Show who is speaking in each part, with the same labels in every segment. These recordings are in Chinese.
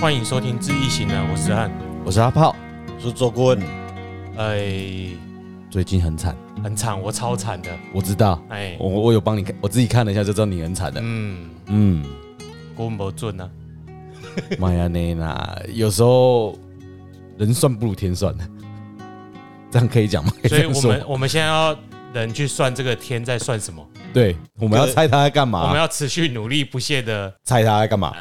Speaker 1: 欢迎收听《知易行难》，我是汉。
Speaker 2: 我是阿炮，
Speaker 3: 是周顾问，
Speaker 1: 哎，
Speaker 2: 最近很惨，
Speaker 1: 很惨，我超惨的。
Speaker 2: 我知道，
Speaker 1: 哎，
Speaker 2: 我我有帮你看，我自己看了一下就知道你很惨的。
Speaker 1: 嗯，
Speaker 2: 嗯，
Speaker 1: 国文不准啊。
Speaker 2: 妈呀，内娜，啊有时候人算不如天算，这样可以讲吗？
Speaker 1: 所
Speaker 2: 可
Speaker 1: 以
Speaker 2: 哎这样
Speaker 1: 我
Speaker 2: 说
Speaker 1: 们我们现在要人去算这个天在算什么，
Speaker 2: 对，我们要猜他在干
Speaker 1: 我们
Speaker 2: 嘛？
Speaker 1: 要持续努力不懈的。
Speaker 2: 猜他在干嘛？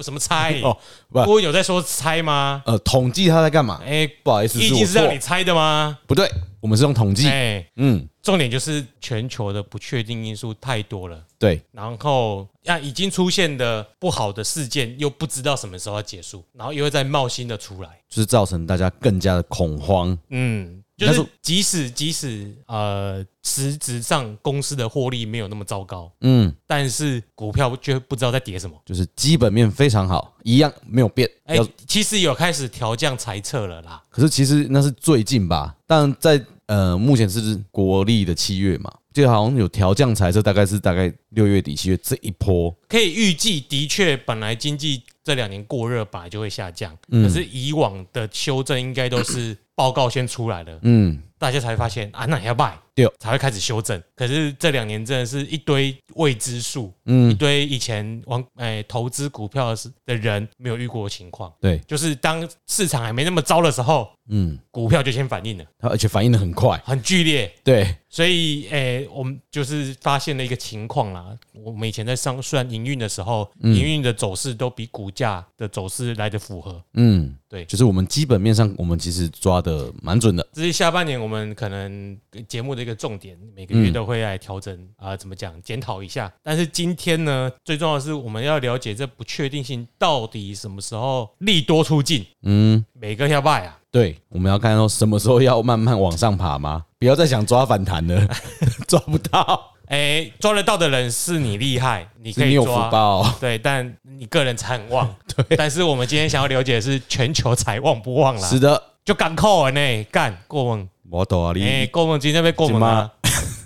Speaker 1: 什么猜？
Speaker 2: 哦不
Speaker 1: 郭文有在说猜吗？
Speaker 2: 呃，统计他在干嘛？
Speaker 1: 哎，
Speaker 2: 不好意思，
Speaker 1: 已
Speaker 2: 是我
Speaker 1: 经是让
Speaker 2: 错
Speaker 1: 你，猜的吗？
Speaker 2: 不对，我们是用统计。
Speaker 1: 哎，
Speaker 2: 嗯，
Speaker 1: 重点就是全球的不确定因素太多了。
Speaker 2: 对，
Speaker 1: 然后啊，已经出现的不好的事件又不知道什么时候要结束，然后又会再冒新的出来。
Speaker 2: 就是造成大家更加的恐慌。
Speaker 1: 嗯，就
Speaker 2: 但是
Speaker 1: 是即使即使呃，实质上公司的获利没有那么糟糕，
Speaker 2: 嗯，
Speaker 1: 但是股票就不知道在跌什么。
Speaker 2: 就是基本面非常好，一样没有变。
Speaker 1: 哎、
Speaker 2: 要
Speaker 1: 其实有开始调降猜测了啦。
Speaker 2: 可是其实那是最近吧，但在呃目前是国历的七月嘛，就好像有调降财测，大概是大概六月底七月这一波，
Speaker 1: 可以预计，的确，本来经济这两年过热，本来就会下降。
Speaker 2: 嗯
Speaker 1: 可是以往的修正应该都是报告先出来了，
Speaker 2: 嗯，
Speaker 1: 大家才会发现啊，那也要卖，
Speaker 2: 对哦
Speaker 1: 才会开始修正。可是这两年真的是一堆未知数，
Speaker 2: 嗯
Speaker 1: 一堆以前玩哎、投资股票的时的人没有遇过的情况。
Speaker 2: 对，
Speaker 1: 就是当市场还没那么糟的时候，
Speaker 2: 嗯，
Speaker 1: 股票就先反应了，
Speaker 2: 它而且反应的很快，
Speaker 1: 很剧烈。
Speaker 2: 对，
Speaker 1: 所以，诶、我们就是发现了一个情况啦。我们以前在上算营运的时候，营运的走势都比股价的走势来的符合。
Speaker 2: 嗯，
Speaker 1: 对
Speaker 2: 就是我们基本面上我们其实抓的蛮准的，
Speaker 1: 这是下半年我们可能呃节目的一个重点，每个月都会来调整啊、怎么讲，检讨一下。但是今天呢，最重要的是我们要了解这不确定性到底什么时候利多出尽，
Speaker 2: 嗯，
Speaker 1: 每个要卖啊。
Speaker 2: 对，我们要看到什么时候要慢慢往上爬吗？不要再想抓反弹了， 抓不到，
Speaker 1: 哎、抓得到的人是你厉害，你可
Speaker 2: 是
Speaker 1: 以
Speaker 2: 你有福
Speaker 1: 抓。
Speaker 2: 报，哦
Speaker 1: 对，但你个人才很 旺。对，但是我们今天想要了解的是全球才旺不旺啦
Speaker 2: 是，的，
Speaker 1: 就敢扣人呢，干过问，
Speaker 2: 我懂啊，
Speaker 1: 哎，
Speaker 2: 你
Speaker 1: 过问今天被过啊问吗？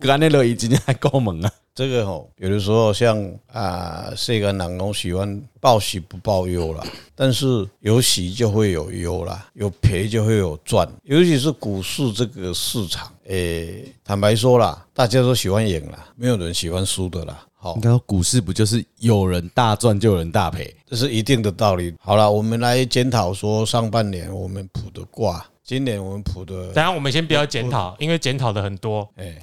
Speaker 2: 刚那乐已经还够猛啊，
Speaker 3: 这个哦，有的时候像啊，这个南工喜欢报喜不报忧啦， 但是有喜就会有忧啦，有赔就会有赚，尤其是股市这个市场，诶、坦白说啦，大家都喜欢赢啦，没有人喜欢输的啦。好
Speaker 2: 应，该说股市不就是有人大赚就有人大赔？
Speaker 3: 这是一定的道理。好了，我们来检讨说上半年我们普的卦，今年我们普的，
Speaker 1: 等一下我们先不要检
Speaker 2: 哦
Speaker 1: 讨，因为检讨的很多。
Speaker 3: 诶、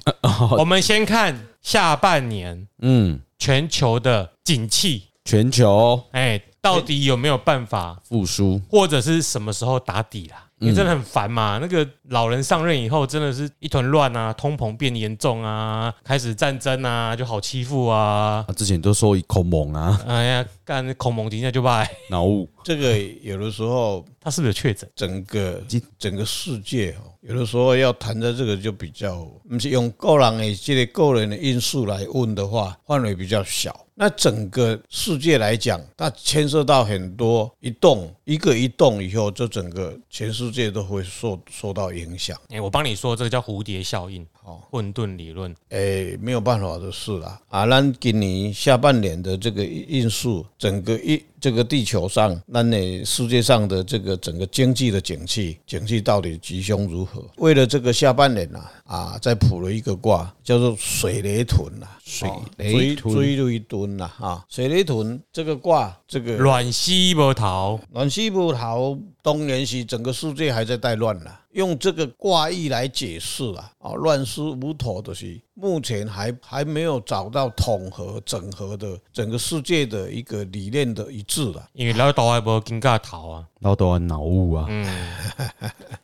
Speaker 1: 我们先看下半年
Speaker 2: 嗯，
Speaker 1: 全球的景气，
Speaker 2: 全球
Speaker 1: 哎，到底有没有办法，
Speaker 2: 复苏，
Speaker 1: 或者是什么时候打底啦？
Speaker 3: 嗯
Speaker 1: 你真的很烦嘛？那个老人上任以后，真的是一团乱啊，通膨变严重啊，开始战争啊，就好欺负啊。
Speaker 2: 啊、之前都说一口猛啊，
Speaker 1: 哎呀，干孔蒙今天就拜，
Speaker 2: 脑雾，
Speaker 3: 这个有的时候
Speaker 1: 他是不是有确诊？
Speaker 3: 整个
Speaker 2: 今
Speaker 3: 整个世界哦，有的时候要谈到这个就比较，不是用个人的这个个人的因素来问的话，范围比较小。那整个世界来讲，它牵涉到很多一动一个一动以后，这整个全世界都会受受到影响。
Speaker 1: 哎、我帮你说，这个叫蝴蝶效应，混沌理论。
Speaker 3: 诶、哎没有办法的事啦。啊，咱今年下半年的这个因素，整个一这个地球上，咱的世界上的这个整个经济的景气，景气到底吉凶如何？为了这个下半年呐、啊，啊，再卜了一个卦，叫做水雷屯呐、啊，水
Speaker 2: 雷屯
Speaker 3: 追雷屯呐、啊，啊，水雷屯这个卦，这个
Speaker 1: 卵西波桃，
Speaker 3: 暖西不好，东元西，整个世界还在带乱了。用这个卦意来解释啊，啊，乱世无头的是目前还还没有找到统合整合的整个世界的一个理念的一致了。
Speaker 1: 因为老岛还不金尬桃啊，
Speaker 2: 老多脑雾啊，
Speaker 1: 嗯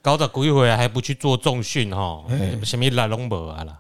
Speaker 1: 搞到鬼回来还不去做重训哈，什么拉拢无啊啦。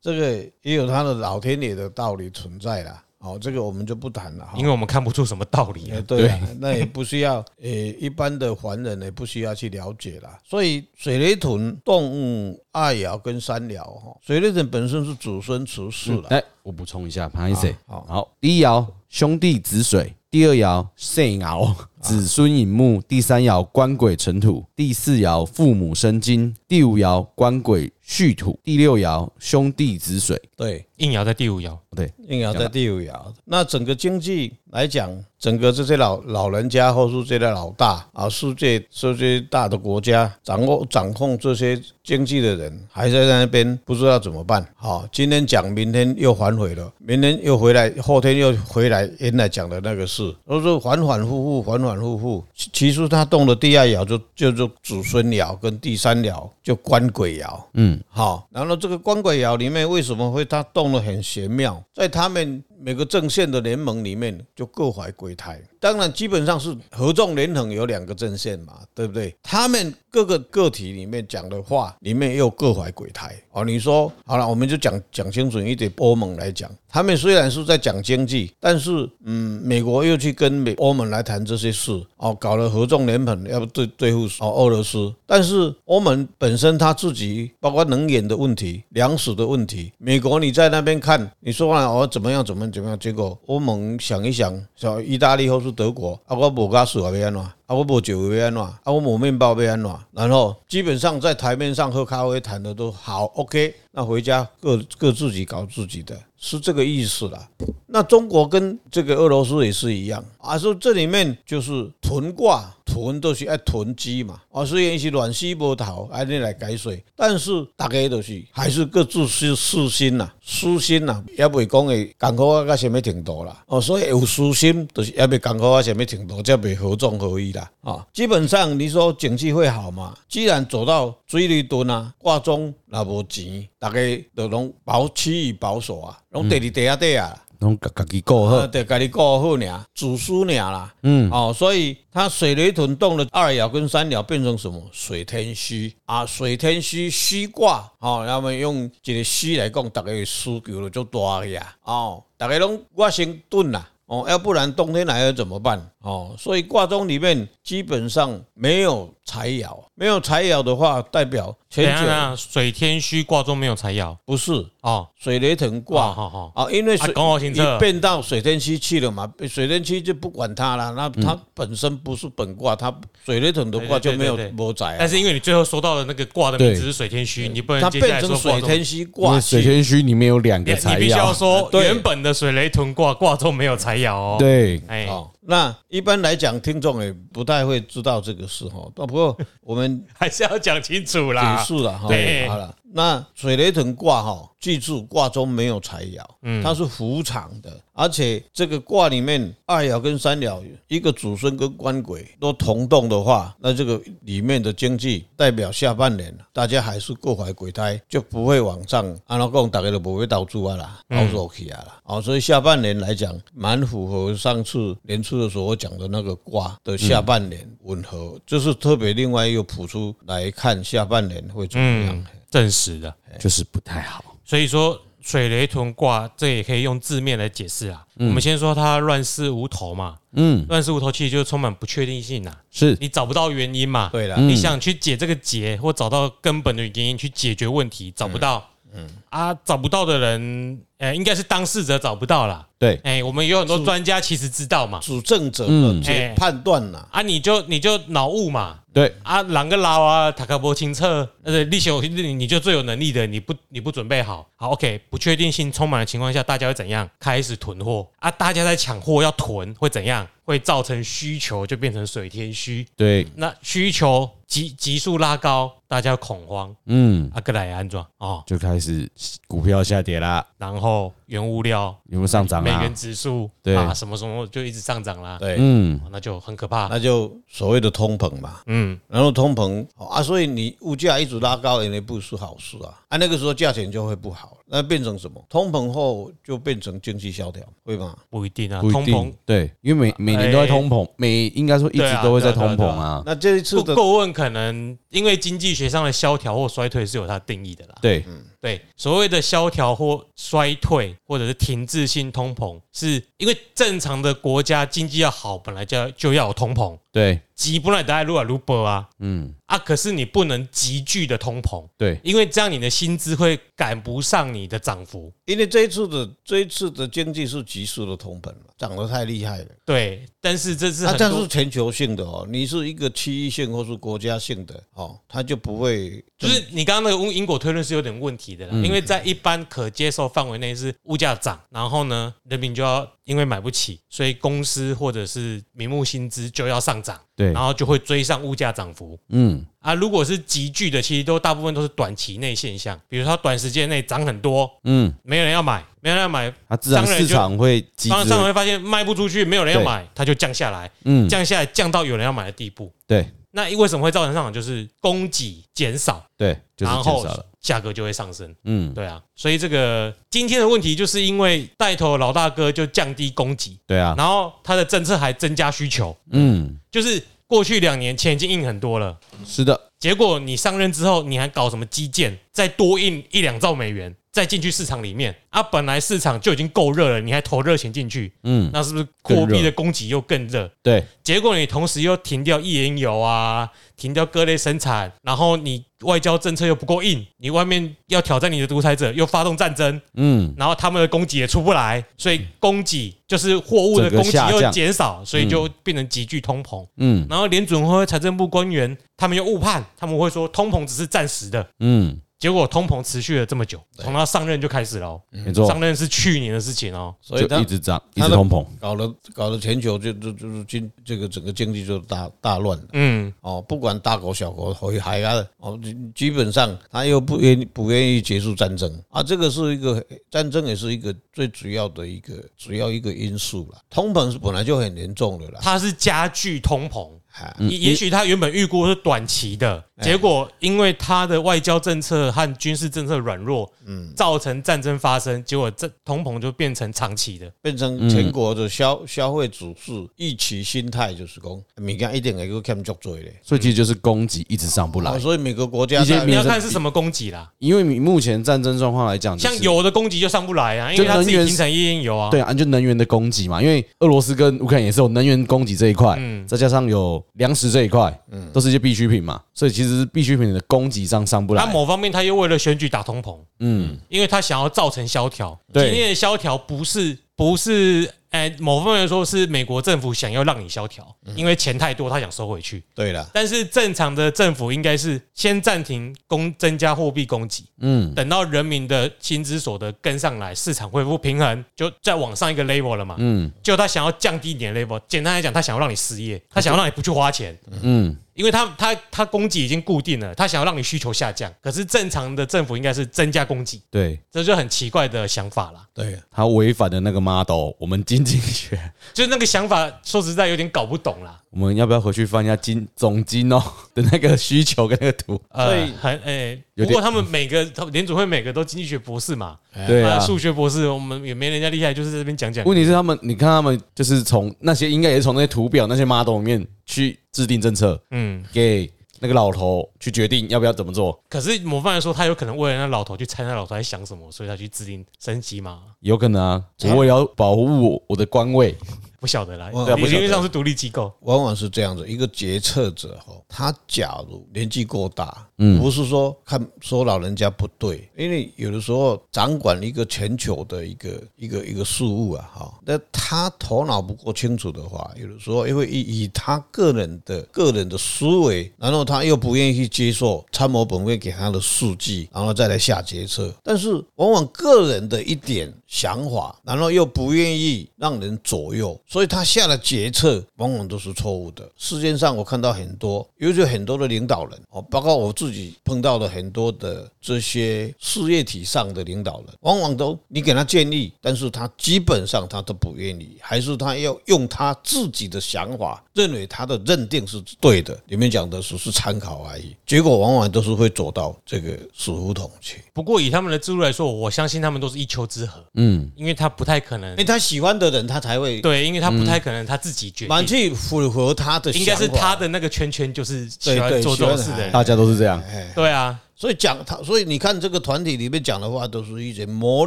Speaker 3: 这个也有它的老天爷的道理存在啦。好、这个我们就不谈了哈。
Speaker 1: 因为我们看不出什么道理、
Speaker 3: 也
Speaker 1: 啊。
Speaker 3: 对啊， 那也不需要，呃，一般的凡人也不需要去了解啦。所以水雷屯、动物、二爻跟三爻哈，水雷屯本身是祖孙出世了。
Speaker 2: 来，哎我补
Speaker 1: 啊
Speaker 2: 充一下，潘一谁？
Speaker 3: 好
Speaker 1: 啊
Speaker 2: 好，第一爻兄弟子水，第二爻肾爻， 子孙引木，第三爻官鬼成土，第四爻父母生金，第五爻官鬼戌土，第六爻兄弟子水。哦
Speaker 3: 对，
Speaker 1: 应爻在第五爻，
Speaker 2: 对，
Speaker 3: 应爻在第五爻。那整个经济来讲，整个这些老老人家或是这些老大啊，世界世界大的国家掌握掌控这些经济的人，还在那边不知道怎么办。好，今天讲，明天又反悔了，明天又回来，后天又回来原来讲的那个事，都是反反复复，反反复复。其其实他动的第二爻就就就祖孙爻跟第三爻就官鬼爻。好，然后这个官鬼爻里面为什么会它动得很玄妙？在他们每个阵线的联盟里面，就各怀鬼胎。当然，基本上是合纵连横有两个阵线嘛，对不对？他们各个个体里面讲的话，里面又各怀鬼胎。哦，你说好了，我们就讲讲清楚一点。欧盟来讲，他们虽然是在讲经济，但是嗯，美国又去跟美欧盟来谈这些事，哦，搞了合纵连横，要不对对付哦俄罗斯。但是欧盟本身他自己，包括能源的问题、粮食的问题，美国你在那边看，你说啊哦怎么样怎么样怎么样，结果欧盟想一想，像意大利或是德国，啊我无加水啊要安怎样？啊，我无酒要安怎？啊，我无面包要安怎？然后基本上在台面上喝咖啡谈的都好，OK。那回家各各自己搞自己的，是这个意思啦。那中国跟这个俄罗斯也是一样啊，说这里面就是囤挂，囤都是爱哎囤积嘛。啊，虽然是乱西波头，安哎尼来改水，但是大家都、就是还是各自私私心呐、私心呐、也袂讲会艰苦啊到什么程度啦。哦，所以有私心，就是也袂艰苦啊什么程度，才袂合纵合一啦。啊、基本上你说景气会好嘛？既然走到水里蹲啊，挂钟若无钱，大家就拢保趋于保守啊，拢第二第啊底啊。
Speaker 2: 拢家家己顾
Speaker 3: 呃，
Speaker 2: 好，
Speaker 3: 得家己顾好尔，煮书尔啦。嗯，哦，所以它水雷屯动了二爻跟三爻，变成什么水天虚啊？水天虚虚卦，哦，那么用一个虚来讲，大家的需求就足大个呀。哦，大家拢我先遁啦。哦，要不然冬天来了怎么办？哦，所以卦中里面基本上没有财爻，没有财爻的话，代表
Speaker 1: 等一
Speaker 3: 前
Speaker 1: 下
Speaker 3: 九
Speaker 1: 呢，水天虚卦中没有财爻
Speaker 3: 不是
Speaker 1: 哦，
Speaker 3: 水雷屯
Speaker 1: 哇，
Speaker 3: 卦，
Speaker 1: 好好，
Speaker 3: 啊，因为
Speaker 1: 啊
Speaker 3: 水
Speaker 1: 公共行车
Speaker 3: 一变到水天区去了嘛，水天区就不管它了。那它本身不是本卦，它水雷桶的卦就没有
Speaker 1: 嗯对对对对
Speaker 3: 魔宅啊，
Speaker 1: 但是因为你最后说到的那个卦的名字是水天虚，你不能
Speaker 3: 它
Speaker 1: 接下来
Speaker 3: 变
Speaker 1: 说
Speaker 3: 成水
Speaker 1: 卦中。
Speaker 3: 天虚
Speaker 2: 因
Speaker 3: 卦
Speaker 2: 为水
Speaker 3: 去，
Speaker 2: 天虚里面有两
Speaker 1: 啊你
Speaker 2: 个
Speaker 1: 你
Speaker 2: 财
Speaker 1: 必须要
Speaker 2: 爻，
Speaker 1: 说
Speaker 3: 对
Speaker 1: 原本的水雷屯卦卦中没有财爻哦。，
Speaker 2: 对，
Speaker 1: 哎，
Speaker 3: 哦，那一般来讲，听众也不太会知道这个事哈。不过我们
Speaker 1: 还是要讲清楚
Speaker 3: 结
Speaker 1: 啦。
Speaker 3: 束了哦哈
Speaker 1: 对，
Speaker 3: 好了。那水雷屯卦哈，记住卦中没有财爻，它是伏藏的，而且这个卦里面二爻跟三爻，一个主孙跟官鬼都同动的话，那这个里面的经济代表下半年大家还是各怀鬼胎，就不会往上。按照讲，大家都不会倒注啊啦，倒数起啊啦。哦，所以下半年来讲，蛮符合上次年初的时候我讲的那个卦的下半年吻合，就是特别另外又谱出来看下半年会怎么样。
Speaker 1: 嗯，证实的。
Speaker 2: 就是不太好。
Speaker 1: 所以说水雷屯卦，这也可以用字面来解释啦。
Speaker 3: 嗯
Speaker 1: 我们先说它乱世无头嘛，
Speaker 2: 嗯，
Speaker 1: 乱世无头其实就是充满不确定性呐，
Speaker 2: 是
Speaker 1: 你找不到原因嘛。
Speaker 3: 对啦，嗯
Speaker 1: 你想去解这个结，或找到根本的原因去解决问题，找不到。
Speaker 3: 嗯
Speaker 1: 啊，找不到的人，呃、应该是当事者找不到啦。
Speaker 2: 对，
Speaker 1: 哎、我们有很多专家其实知道嘛。
Speaker 3: 主政者的决
Speaker 1: 嗯
Speaker 3: 判断呐、
Speaker 1: 啊，你就你就脑雾嘛。
Speaker 2: 对，
Speaker 1: 啊，狼个老啊，塔克波清澈，呃，力有你你就最有能力的，你不你不准备好，好 OK，不确定性充满的情况下，大家会怎样？开始囤货啊，大家在抢货要囤，会怎样？会造成需求就变成水天虚，
Speaker 2: 对，
Speaker 1: 那需求急急速拉高，大家恐慌
Speaker 2: 嗯，
Speaker 1: 啊，格来安装哦，
Speaker 2: 就开始股票下跌啦，
Speaker 1: 然后原物料、
Speaker 2: 有没有上涨啊
Speaker 1: 美
Speaker 2: 啦
Speaker 1: 元？指数
Speaker 2: 对
Speaker 1: 啊，什么什么就一直上涨啦，
Speaker 3: 对，
Speaker 2: 嗯，
Speaker 1: 哦那就很可怕。
Speaker 3: 那就所谓的通膨嘛。
Speaker 1: 嗯，
Speaker 3: 然后通膨哦啊，所以你物价一直拉高，也不是好事啊。啊，那个时候价钱就会不好，那变成什么？通膨后就变成经济萧条，会吗？
Speaker 1: 不一定啊，
Speaker 2: 不
Speaker 1: 通
Speaker 2: 一
Speaker 1: 膨哎
Speaker 2: 定，对，因为每每年都在通膨，每应该说一
Speaker 1: 对
Speaker 2: 直
Speaker 1: 啊
Speaker 2: 都会
Speaker 1: 对
Speaker 2: 在
Speaker 1: 啊对啊
Speaker 2: 通膨
Speaker 1: 对啊
Speaker 2: 啊，
Speaker 3: 那这一次
Speaker 1: 不
Speaker 3: 的
Speaker 1: 过问可能因为经济学上的萧条或衰退是有它定义的啦。
Speaker 2: 对，
Speaker 3: 嗯
Speaker 1: 对，啊所谓的萧条或衰退，或者是停滞性通膨，是因为正常的国家经济要好，本来就要就要有通膨。
Speaker 2: 对
Speaker 1: 急不能待撸啊撸波啊
Speaker 2: 嗯
Speaker 1: 啊！可是你不能急剧的通膨，
Speaker 2: 对，
Speaker 1: 因为这样你的薪资会赶不上你的涨幅。
Speaker 3: 因为这一次的这一次的经济是急速的通膨嘛，涨得太厉害了。
Speaker 1: 对，但是这是
Speaker 3: 啊
Speaker 1: 很，
Speaker 3: 这是
Speaker 1: 多，
Speaker 3: 全球性的哦，你是一个区域性或是国家性的哦，它就不会
Speaker 1: 就是你刚刚那个因果推论是有点问题的啦，
Speaker 2: 嗯
Speaker 1: 因为在一般可接受范围内是物价涨，然后呢，人民就要因为买不起，所以公司或者是名目薪资就要上涨，
Speaker 2: 对
Speaker 1: 然，后就会追上物价涨幅。
Speaker 2: 嗯
Speaker 1: 啊，如果是急剧的，其实都大部分都是短期内现象，比如说它短时间内涨很多，
Speaker 2: 嗯，
Speaker 1: 没有人要买，没有人要买，
Speaker 2: 它自然
Speaker 1: 当然
Speaker 2: 市
Speaker 1: 就
Speaker 2: 场会机
Speaker 1: 当然上
Speaker 2: 制，
Speaker 1: 回发现卖不出去，没有人要
Speaker 2: 对
Speaker 1: 买，它就降下来，
Speaker 2: 嗯，
Speaker 1: 降下来降到有人要买的地步。
Speaker 2: 对
Speaker 1: 那为什么会造成上涨？就是供给减少，
Speaker 2: 对，就是
Speaker 1: 然
Speaker 2: 减少
Speaker 1: 后
Speaker 2: 了，
Speaker 1: 价格就会上升。
Speaker 2: 嗯，
Speaker 1: 对啊，所以这个今天的问题就是因为带头老大哥就降低供给，
Speaker 2: 对啊，
Speaker 1: 然后他的政策还增加需求，
Speaker 2: 嗯，
Speaker 1: 就是过去两年钱已经印很多了。
Speaker 2: 是的，
Speaker 1: 结果你上任之后，你还搞什么基建，再多印一两兆美元，再进去市场里面啊？本来市场就已经够热了，你还投热钱进去，
Speaker 2: 嗯，
Speaker 1: 那是不是货币的供给又更热？
Speaker 2: 对，
Speaker 1: 结果你同时又停掉页岩油啊，停掉各类生产，然后你外交政策又不够硬，你外面要挑战你的独裁者，又发动战争，
Speaker 2: 嗯，
Speaker 1: 然后他们的供给也出不来，所以供给就是货物的
Speaker 2: 整个
Speaker 1: 供给
Speaker 2: 下
Speaker 1: 又
Speaker 2: 降
Speaker 1: 减少，所以就变成急剧通膨。
Speaker 2: 嗯
Speaker 1: 然后联准会、财政部官员他们又误判，他们会说通膨只是暂时的，
Speaker 2: 嗯，
Speaker 1: 结果通膨持续了这么久，从他上任就开始了哦、
Speaker 2: 没错，
Speaker 1: 上任是去年的事情哦、
Speaker 3: 嗯所以
Speaker 2: 就一
Speaker 3: 它
Speaker 2: 直涨，一
Speaker 3: 它
Speaker 2: 直
Speaker 3: 的
Speaker 2: 通膨，
Speaker 3: 搞了搞了全球就就就是经这个整个经济就大大乱了。
Speaker 1: 嗯，
Speaker 3: 哦，不管大国小国回海岸，哦，基本上他又不愿不愿意结束战争啊，这个是一个战争，也是一个最主要的一个主要一个因素了。通膨是本来就很严重的啦，
Speaker 1: 它是加剧通膨。
Speaker 2: 嗯
Speaker 3: 啊
Speaker 1: 嗯也哎也许他原本预估是短期的，结果因为他的外交政策和军事政策软弱，造成战争发生，结果这通膨就变成长期的。
Speaker 3: 变成全国的消消费指数预期心态就是讲，物件一定会个欠足多咧。
Speaker 2: 所以其实就是供给一直上不
Speaker 3: 啊，
Speaker 2: 来，
Speaker 3: 所以每个国家
Speaker 2: 一些
Speaker 3: 在
Speaker 1: 你
Speaker 2: 民
Speaker 1: 要
Speaker 2: 生
Speaker 1: 看是什么供给啦，
Speaker 2: 因为你目前战争状况来讲，就
Speaker 1: 像
Speaker 2: 是
Speaker 1: 油的供给就上不来啊，因为
Speaker 2: 就
Speaker 1: 它自己
Speaker 2: 能源
Speaker 1: 形成页岩油啊。
Speaker 2: 对啊，就能源的供给嘛，因为俄罗斯跟乌克兰也是有能源供给这一块，
Speaker 1: 嗯
Speaker 2: 再加上有粮食这一块，都是一些必需品嘛，所以其实是必需品的供给上上不
Speaker 1: 他
Speaker 2: 来，
Speaker 1: 某方面他又为了选举打通膨，
Speaker 2: 嗯，
Speaker 1: 因为他想要造成萧条。
Speaker 2: 对
Speaker 1: 今天的萧条不是不是，哎、某方面来说是美国政府想要让你萧条，因为钱太多，他想收回去。
Speaker 3: 对了，
Speaker 1: 但是正常的政府应该是先暂停供增加货币供给，
Speaker 2: 嗯，
Speaker 1: 等到人民的薪资所得跟上来，市场恢复平衡，就再往上一个 level 了嘛。
Speaker 2: 嗯
Speaker 1: 就他想要降低一点 level，简单来讲，他想要让你失业，他想要让你不去花钱，
Speaker 2: 嗯，
Speaker 1: 因为他他他供给已经固定了，他想要让你需求下降。可是正常的政府应该是增加供给，
Speaker 2: 对，
Speaker 1: 这就很奇怪的想法啦。
Speaker 3: 对，
Speaker 2: 它违反了那个 model，我们经济学，
Speaker 1: 就是那个想法，说实在有点搞不懂啦。
Speaker 2: 我们要不要回去翻一下金总金哦的那个需求跟那个图？
Speaker 3: 所
Speaker 1: 呃
Speaker 3: 以，
Speaker 1: 很诶、
Speaker 2: 有
Speaker 1: 不
Speaker 2: 点
Speaker 1: 过他们每个他们联组会每个都经济学博士嘛，
Speaker 2: 对啊
Speaker 1: 呃，数学博士我们也没人家厉害，就是在这边讲讲。
Speaker 2: 问题是他们，你看他们就是从那些应该也是从那些图表、那些 model 里面去制定政策，
Speaker 1: 嗯，
Speaker 2: 给那个老头去决定要不要怎么做，
Speaker 1: 可是某方来说，他有可能为了那老头去猜那老头在想什么，所以他去制定升级嘛，
Speaker 2: 有可能啊，
Speaker 1: 哎
Speaker 2: 我为了要保护我我的官位，
Speaker 1: 不晓得啦。
Speaker 3: 我对啊
Speaker 1: 理
Speaker 3: 不晓得
Speaker 1: 论上是独立机构，
Speaker 3: 往往是这样子，一个决策者哈，他假如年纪过大，
Speaker 2: 嗯
Speaker 3: 不是说看说老人家不对，因为有的时候掌管一个全球的一个一个一个事物啊，哈，那他头脑不够清楚的话，有的时候因为以以他个人的个人的思维，然后他又不愿意去接受参谋本位给他的数据，然后再来下决策，但是往往个人的一点想法，然后又不愿意让人左右，所以他下的决策往往都是错误的。世界上我看到很多，尤其很多的领导人哦，包括我自己碰到的很多的这些事业体上的领导人，往往都你给他建议，但是他基本上他都不愿意，还是他要用他自己的想法，认为他的认定是对的，里面讲的只是参考而已，结果往往都是会走到这个死胡同去。
Speaker 1: 不过以他们的制度来说，我相信他们都是一丘之貉，
Speaker 2: 嗯，
Speaker 1: 因为他不太可能
Speaker 3: 因为他喜欢的人，他才会
Speaker 1: 对，因为他不太可能他自己决
Speaker 3: 蛮
Speaker 1: 定，
Speaker 3: 去符合他的想
Speaker 1: 应
Speaker 3: 法，
Speaker 1: 该是他的那个圈圈就是喜
Speaker 3: 对
Speaker 1: 欢
Speaker 3: 对
Speaker 1: 做这种
Speaker 3: 喜欢
Speaker 1: 事的人
Speaker 2: 大家都是这样，
Speaker 1: 对啊，
Speaker 3: 哎所以讲他，所以你看这个团体里面讲的话，都是一些模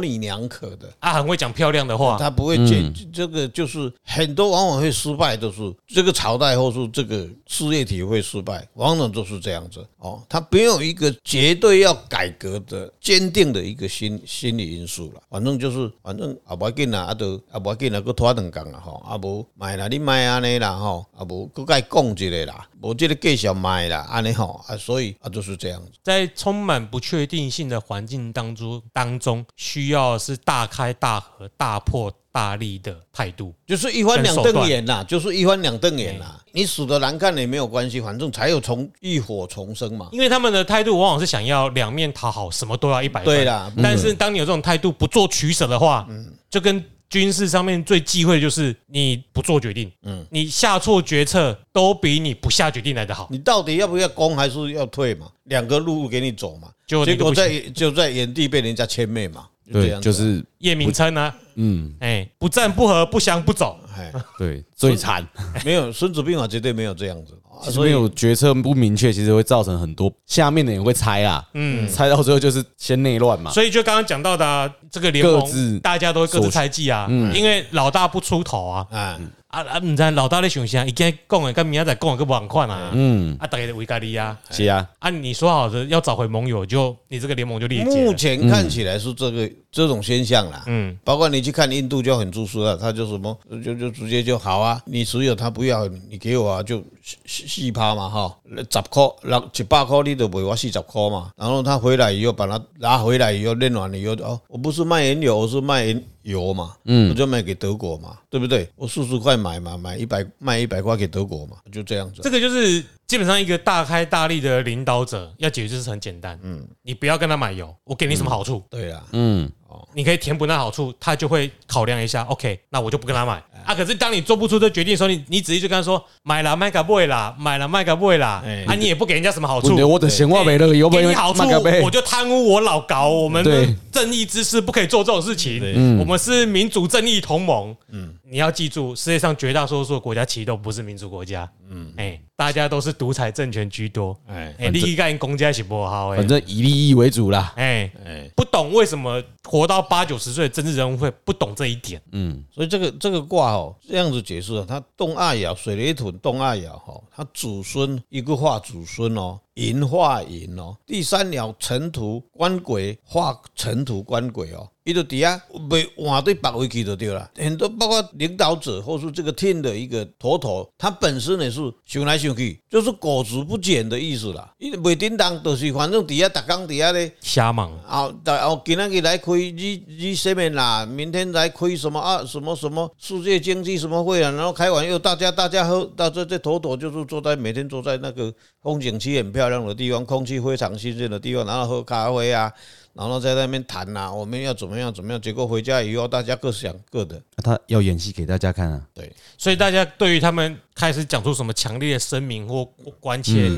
Speaker 3: 棱两可的。
Speaker 1: 啊，很会讲漂亮的话，
Speaker 3: 他不会这、这个就是很多往往会失败，都是这个朝代或是这个事业体会失败，往往都是这样子哦。他没有一个绝对要改革的坚定的一个心心理因素了。反正就是反正啊，不要紧啦，啊都啊不要紧啦，搁拖两工啦吼，啊无卖啦，你卖安尼啦吼，啊无搁再讲一个啦，无这个继续卖啦安尼吼啊，所以啊就是这样子。
Speaker 1: 在充满不确定性的环境当中当中，需要是大开大合、大破大立的态度。
Speaker 3: 就是一翻两瞪眼啦，就是一翻两瞪眼啦。你死的难看也没有关系，反正才有重浴火重生嘛。
Speaker 1: 因为他们的态度往往是想要两面讨好，什么都要一百分。
Speaker 3: 对啦
Speaker 1: 但是当你有这种态度，不做取舍的话，就跟军事上面最忌讳的就是你不做决定，嗯，你下错决策都比你不下决定来的好。
Speaker 3: 你到底要不要攻还是要退嘛？两个路给你走嘛，
Speaker 1: 结果你
Speaker 3: 结
Speaker 1: 都不
Speaker 3: 果在就在原地被人家歼灭嘛。这
Speaker 2: 对，
Speaker 3: 样
Speaker 2: 就
Speaker 3: 子啊
Speaker 2: 是
Speaker 1: 叶明琛呢，
Speaker 2: 嗯，
Speaker 1: 哎，不战不和，不降不走，
Speaker 3: 哎，
Speaker 2: 对，最惨。
Speaker 3: 没有《孙子兵法》绝对没有这样子，啊
Speaker 2: 所以有决策不明确，其实会造成很多下面的人会猜啦，嗯，猜到最后就是先内乱嘛，
Speaker 1: 所以就刚刚讲到的啊这个联
Speaker 2: 各自
Speaker 1: 盟，大家都各自猜忌啊，因为老大不出头啊，
Speaker 3: 啊，
Speaker 1: 啊啊，唔知老大咧想啥，伊今讲的跟明仔载讲的个不同款啊，嗯，啊大家就为家己啊，
Speaker 2: 是啊，
Speaker 1: 啊你说好的要找回盟友，就你这个联盟就裂解
Speaker 3: 目
Speaker 1: 了，
Speaker 3: 前看起来是这个这种现象啦。嗯，包括你去看印度就很注视了，他就什么就就直接就好啊，你只有他不要，你给我啊，就四四四趴嘛哈，十块六一百块你都卖我四十块嘛，然后他回来以后把它拿回来以后练完了以后哦，我不是卖原油，我是卖原油嘛，嗯，我就卖给德国嘛，对不对？我四十块买嘛，买一百卖一百块给德国嘛，就这样子
Speaker 1: 这。个就是基本上一个大开大立的领导者要解决就是很简单，嗯，你不要跟他买油，我给你什么好处，
Speaker 3: 对啊，
Speaker 2: 嗯，
Speaker 1: 你可以填补那好处，他就会考量一下，OK，那我就不跟他买啊。可是当你做不出这决定的时候，你你直接就跟他说买啦，卖个不会啦，买啦，卖个不会啦
Speaker 3: 哎，
Speaker 1: 啊，你也不给人家什么好处
Speaker 2: 我。我的闲话没了，有没
Speaker 1: 给
Speaker 2: 有
Speaker 1: 你好处
Speaker 2: 麦克杯，
Speaker 1: 我就贪污，我老搞，我们的
Speaker 2: 对
Speaker 1: 正义之士不可以做这种事情
Speaker 3: 对。
Speaker 1: 我们是民主正义同盟。嗯，你要记住，世界上绝大多数的国家其实都不是民主国家。嗯，哎，大家都是独裁政权居多。
Speaker 3: 哎
Speaker 1: 哎，利益干公家是不好哎
Speaker 2: 反。正以利益为主啦，
Speaker 1: 哎，
Speaker 3: 哎。
Speaker 1: 不懂为什么活到八九十岁的政治人物会不懂这一点。
Speaker 2: 嗯，
Speaker 3: 所以这个这个卦哦，这样子解释啊，它东二爻水雷屯东二爻哈，它祖孙一个化祖孙哦，寅化寅哦，第三爻辰土官鬼化辰土官鬼哦，伊就底下被换对别位去就对了。很多包括领导者或是这个 team 的一个头头，他本身也是想来想去，就是裹足不前的意思啦。伊袂叮当，就是反正底下逐工底下咧。
Speaker 1: 瞎忙，
Speaker 3: 啊，大哦，今天日来开 G G seven 啦，明天来开什么啊什么什么世界经济什么会啊，然后开完又大家大家喝，大家这头头就是坐在每天坐在那个风景区很漂亮的地方，空气非常新鲜的地方，然后喝咖啡啊，然后在那边谈呐、我们要怎么样怎么样，结果回家以后大家各想各的，
Speaker 2: 他要演戏给大家看啊，
Speaker 3: 对，
Speaker 1: 所以大家对于他们开始讲出什么强烈的声明或或关切，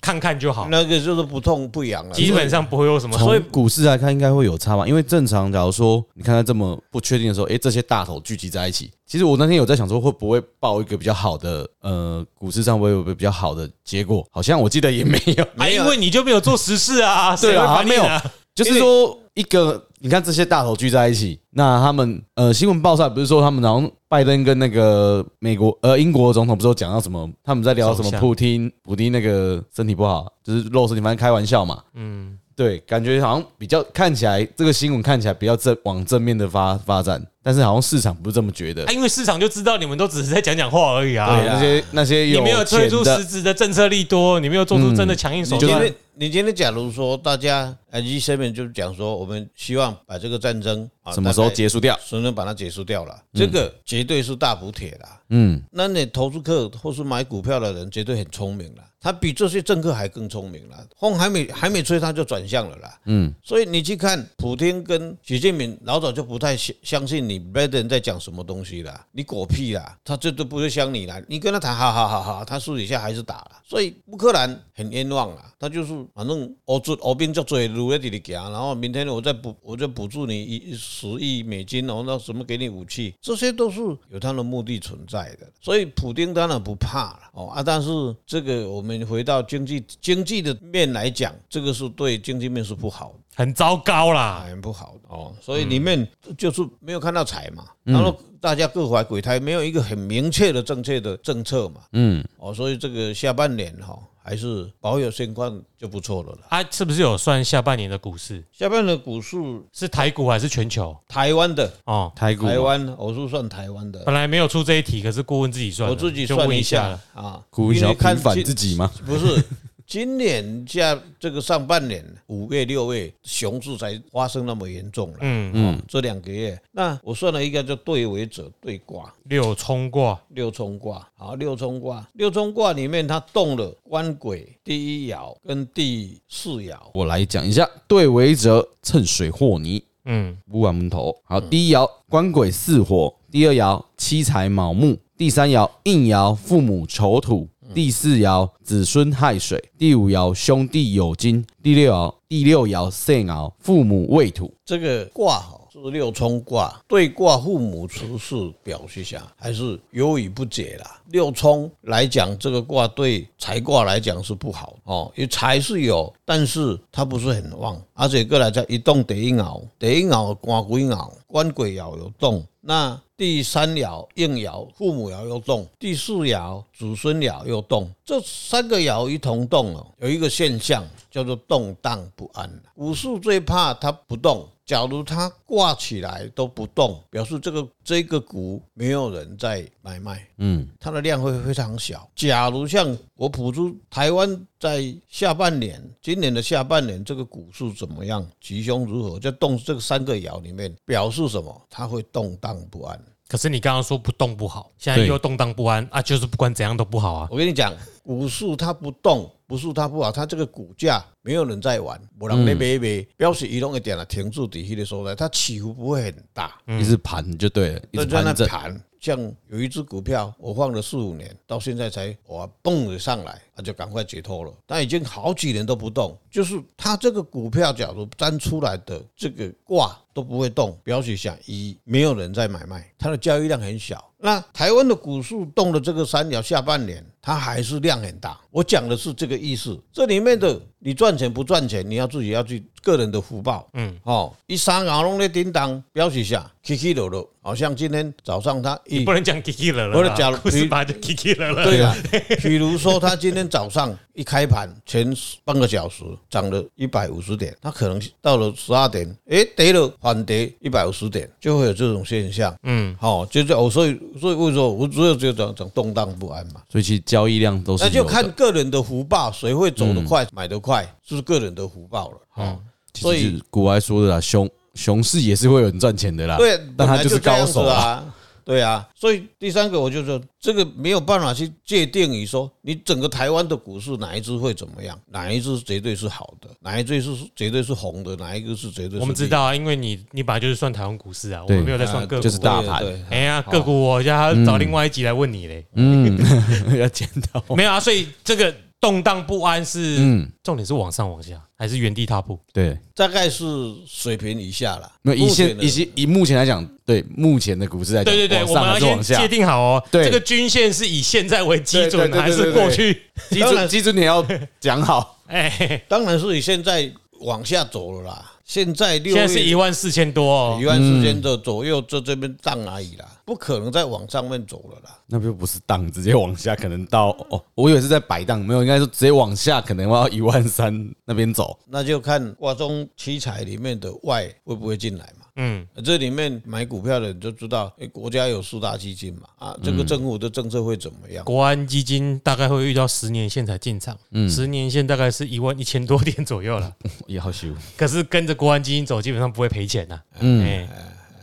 Speaker 1: 看看就好，
Speaker 3: 那个就是不痛不痒啊了。
Speaker 1: 基本上不会有什么。所
Speaker 2: 从
Speaker 1: 以
Speaker 2: 股市来看，应该会有差吧？因为正常，假如说你看它这么不确定的时候，诶，这些大头聚集在一起，其实我那天有在想说，会不会报一个比较好的，呃，股市上会有比较好的结果？好像我记得也没有，
Speaker 1: 啊，因为你就没有做实事啊，
Speaker 2: 对
Speaker 1: 谁会
Speaker 2: 啊
Speaker 1: 管你啊？
Speaker 2: 就是说一个，你看这些大头聚在一起，那他们呃，新闻报出来不是说他们好像拜登跟那个美国呃英国总统不是有讲到什么，他们在聊什么
Speaker 1: 首相
Speaker 2: 普丁普丁那个身体不好，就是肉身体，反正开玩笑嘛，嗯。对，感觉好像比较看起来，这个新闻看起来比较正往正面的发发展，但是好像市场不是这么觉得
Speaker 1: 啊，。因为市场就知道你们都只是在讲讲话而已
Speaker 2: 对，
Speaker 1: 啊。
Speaker 2: 那些那些
Speaker 1: 你
Speaker 2: 有
Speaker 1: 没有推
Speaker 2: 钱
Speaker 1: 出
Speaker 2: 的
Speaker 1: 实质的政策利多，你没有做出真的强硬手
Speaker 3: 你今
Speaker 1: 段
Speaker 3: 天，你今天假如说大家呃 G seven 就讲说，我们希望把这个战争啊
Speaker 2: 什么时候
Speaker 3: 大概
Speaker 2: 结束掉？
Speaker 3: 谁能把它结束掉了？这个绝对是大补贴啦。
Speaker 2: 嗯，
Speaker 3: 那你投资客或是买股票的人绝对很聪明了，他比这些政客还更聪明了。风还没还没吹，他就转向了啦。嗯，所以你去看普京跟习近平，老早就不太相相信你 Biden 在讲什么东西啦，你狗屁啦，他这都不会想你啦。你跟他谈，哈哈哈哈，他私底下还是打了。所以乌克兰很冤枉啊，他就是反正欧足欧兵足多，路在这里行，然后明天我再补，我再补助你一十亿美金，然后那什么给你武器，这些都是有他的目的存在的。所以普丁当然不怕了哦啊，但是这个我们回到经济经济的面来讲，这个是对经济面是不好的。
Speaker 1: 很糟糕啦。
Speaker 3: 很不好哦，所以里面就是没有看到财嘛，然后大家各怀鬼胎，没有一个很明确的正确的政策嘛，嗯，哦，所以这个下半年哈、还是保有现况就不错了啦。
Speaker 1: 啊，是不是有算下半年的股市？
Speaker 3: 下半年的股市，
Speaker 1: 是台股还是全球？
Speaker 3: 台湾的，
Speaker 1: 哦，
Speaker 2: 台股
Speaker 3: 台湾，我是算台湾的，
Speaker 1: 本来没有出这一题，可是顾问自己算了，
Speaker 3: 我自己
Speaker 1: 就
Speaker 3: 算
Speaker 1: 问
Speaker 3: 一
Speaker 1: 一
Speaker 3: 下
Speaker 1: 了。
Speaker 3: 啊，
Speaker 2: 故意
Speaker 3: 因
Speaker 2: 想
Speaker 3: 为
Speaker 2: 要
Speaker 3: 看
Speaker 2: 平反
Speaker 3: 今
Speaker 2: 自己吗？
Speaker 3: 不是。今年下这个上半年五月六月熊市才发生那么严重了，
Speaker 1: 嗯
Speaker 3: 嗯，这两个月，那我算了一个叫对为者对卦，
Speaker 1: 六冲卦，
Speaker 3: 六冲卦，好，六冲卦，六冲卦里面它动了官鬼第一爻跟第四爻，
Speaker 2: 我来讲一下，对为者趁水和泥，
Speaker 1: 嗯，
Speaker 2: 不碗木头。好，第一爻官鬼巳火，第二爻七财卯木，第三爻应爻父母丑土，第四爻子孙亥水，第五爻兄弟酉金，第六爻第六爻肾爻父母未土。
Speaker 3: 这个卦哈是六冲卦，对卦父母出世表示下还是有与不解啦。六冲来讲，这个卦对财卦来讲是不好哦，因为财是有，但是它不是很旺，而且过来在一动第一爻，第一爻官鬼爻，官鬼爻有动，那第三爻应爻，父母爻又动；第四爻子孙爻又动。这三个爻一同动哦，有一个现象叫做动荡不安。股市最怕它不动，假如它挂起来都不动，表示这个这个股没有人在买卖。
Speaker 2: 嗯，
Speaker 3: 它的量会非常小。假如像我普出台湾在下半年，今年的下半年这个股市怎么样，吉凶如何，在动这个三个爻里面表示什么？它会动荡不安。
Speaker 1: 可是你刚刚说不动不好，现在
Speaker 2: 对
Speaker 1: 又动荡不安啊，就是不管怎样都不好啊。
Speaker 3: 我跟你讲，股市它不动，不是它不好，它这个股价没有人在玩，没人在买卖，表示移动一点了，停住底下的所在，它起伏不会很大。
Speaker 2: 一直盘就对了，一直
Speaker 3: 但在那
Speaker 2: 盘整。
Speaker 3: 盘，像有一只股票，我放了四五年，到现在才哇蹦的上来，那就赶快解脱了。但已经好几年都不动，就是它这个股票，假如粘出来的这个卦都不会动，表示下一没有人在买卖，它的交易量很小。那台湾的股市动了这个三角，下半年它还是量很大。我讲的是这个意思，这里面的你赚钱不赚钱，你要自己要去个人的福报。
Speaker 2: 嗯
Speaker 3: 哦，一三熬拢咧叮当，表示下起起落落，好像今天早上它一
Speaker 1: 你不能讲 Kiki 了啦，
Speaker 3: 不能讲
Speaker 1: 故事吧就 Kiki 了了。
Speaker 3: 对啊，比如说它今天早上一开盘前半个小时涨了一百五十点，它可能到了十二点，诶，跌了反跌一百五十点，就会有这种现象。嗯，好、就是我所以所以为什么我只有只有讲讲动荡不安嘛。
Speaker 2: 所以其实交易量都是
Speaker 3: 那就
Speaker 2: 有的
Speaker 3: 看个人的福报，谁会走得快、买得快，就是个人的福报了。哦，
Speaker 2: 其
Speaker 3: 所以
Speaker 2: 实古来说的啦，熊熊市也是会有人赚钱的啦。
Speaker 3: 对，
Speaker 2: 但
Speaker 3: 本
Speaker 2: 啊他
Speaker 3: 来
Speaker 2: 是
Speaker 3: 这样
Speaker 2: 高
Speaker 3: 子
Speaker 2: 手啊。
Speaker 3: 啊。对啊，所以第三个我就说，这个没有办法去界定于说你整个台湾的股市哪一只会怎么样，哪一只绝对是好的，哪一只是绝对是红的，哪一个是绝对是
Speaker 1: 我们知道啊，因为你你本来就是算台湾股市啊，我
Speaker 2: 对
Speaker 1: 们没有在
Speaker 3: 啊
Speaker 1: 算个股啊，
Speaker 2: 就是大啊盘
Speaker 3: 对对
Speaker 1: 哎呀，个股我要找另外一集来问你嘞。
Speaker 2: 嗯， 要剪刀。
Speaker 1: 没有啊，所以这个动荡不安是，
Speaker 2: 嗯
Speaker 1: 重点是往上往下，还是原地踏步？
Speaker 2: 对，
Speaker 3: 大概是水平以下啦。
Speaker 2: 没有以
Speaker 3: 目前
Speaker 2: 现
Speaker 3: 的
Speaker 2: 以现以目前来讲，对目前的股市来讲，
Speaker 1: 对对对，
Speaker 2: 哎往
Speaker 1: 我们要
Speaker 2: 上还是
Speaker 1: 先
Speaker 2: 往
Speaker 1: 界
Speaker 2: 下，
Speaker 1: 定好哦。
Speaker 2: 对
Speaker 1: 这个均线是以现在为基
Speaker 2: 对对
Speaker 1: 准，
Speaker 2: 对对
Speaker 1: 还是
Speaker 2: 对对
Speaker 1: 过去？
Speaker 2: 基
Speaker 3: 当
Speaker 2: 准
Speaker 3: 然
Speaker 2: 基准点要讲好。
Speaker 1: 哎，嘿嘿
Speaker 3: 当然是以现在往下走了啦。现在六
Speaker 1: 现在是一
Speaker 3: 月
Speaker 1: 万四千多哦
Speaker 3: 一。万四
Speaker 2: 嗯
Speaker 3: 千的左右，就这边荡而已啦，不可能再往上面走了啦。
Speaker 2: 那就不是荡，直接往下，可能到哦，我以为是在摆荡，没有，应该说直接往下，可能要一万三那边走。
Speaker 3: 那就看卦中七彩里面的外会不会进来嘛。
Speaker 1: 嗯，
Speaker 3: 这里面买股票的人就知道，诶国家有四大基金嘛，啊，这个政府的政策会怎么样？
Speaker 1: 嗯国安基金大概会遇到十年线才进场，
Speaker 2: 嗯
Speaker 1: 十年线大概是一万一千多点左右了。
Speaker 2: 也好修，
Speaker 1: 可是跟着国安基金走，基本上不会赔钱呐。嗯，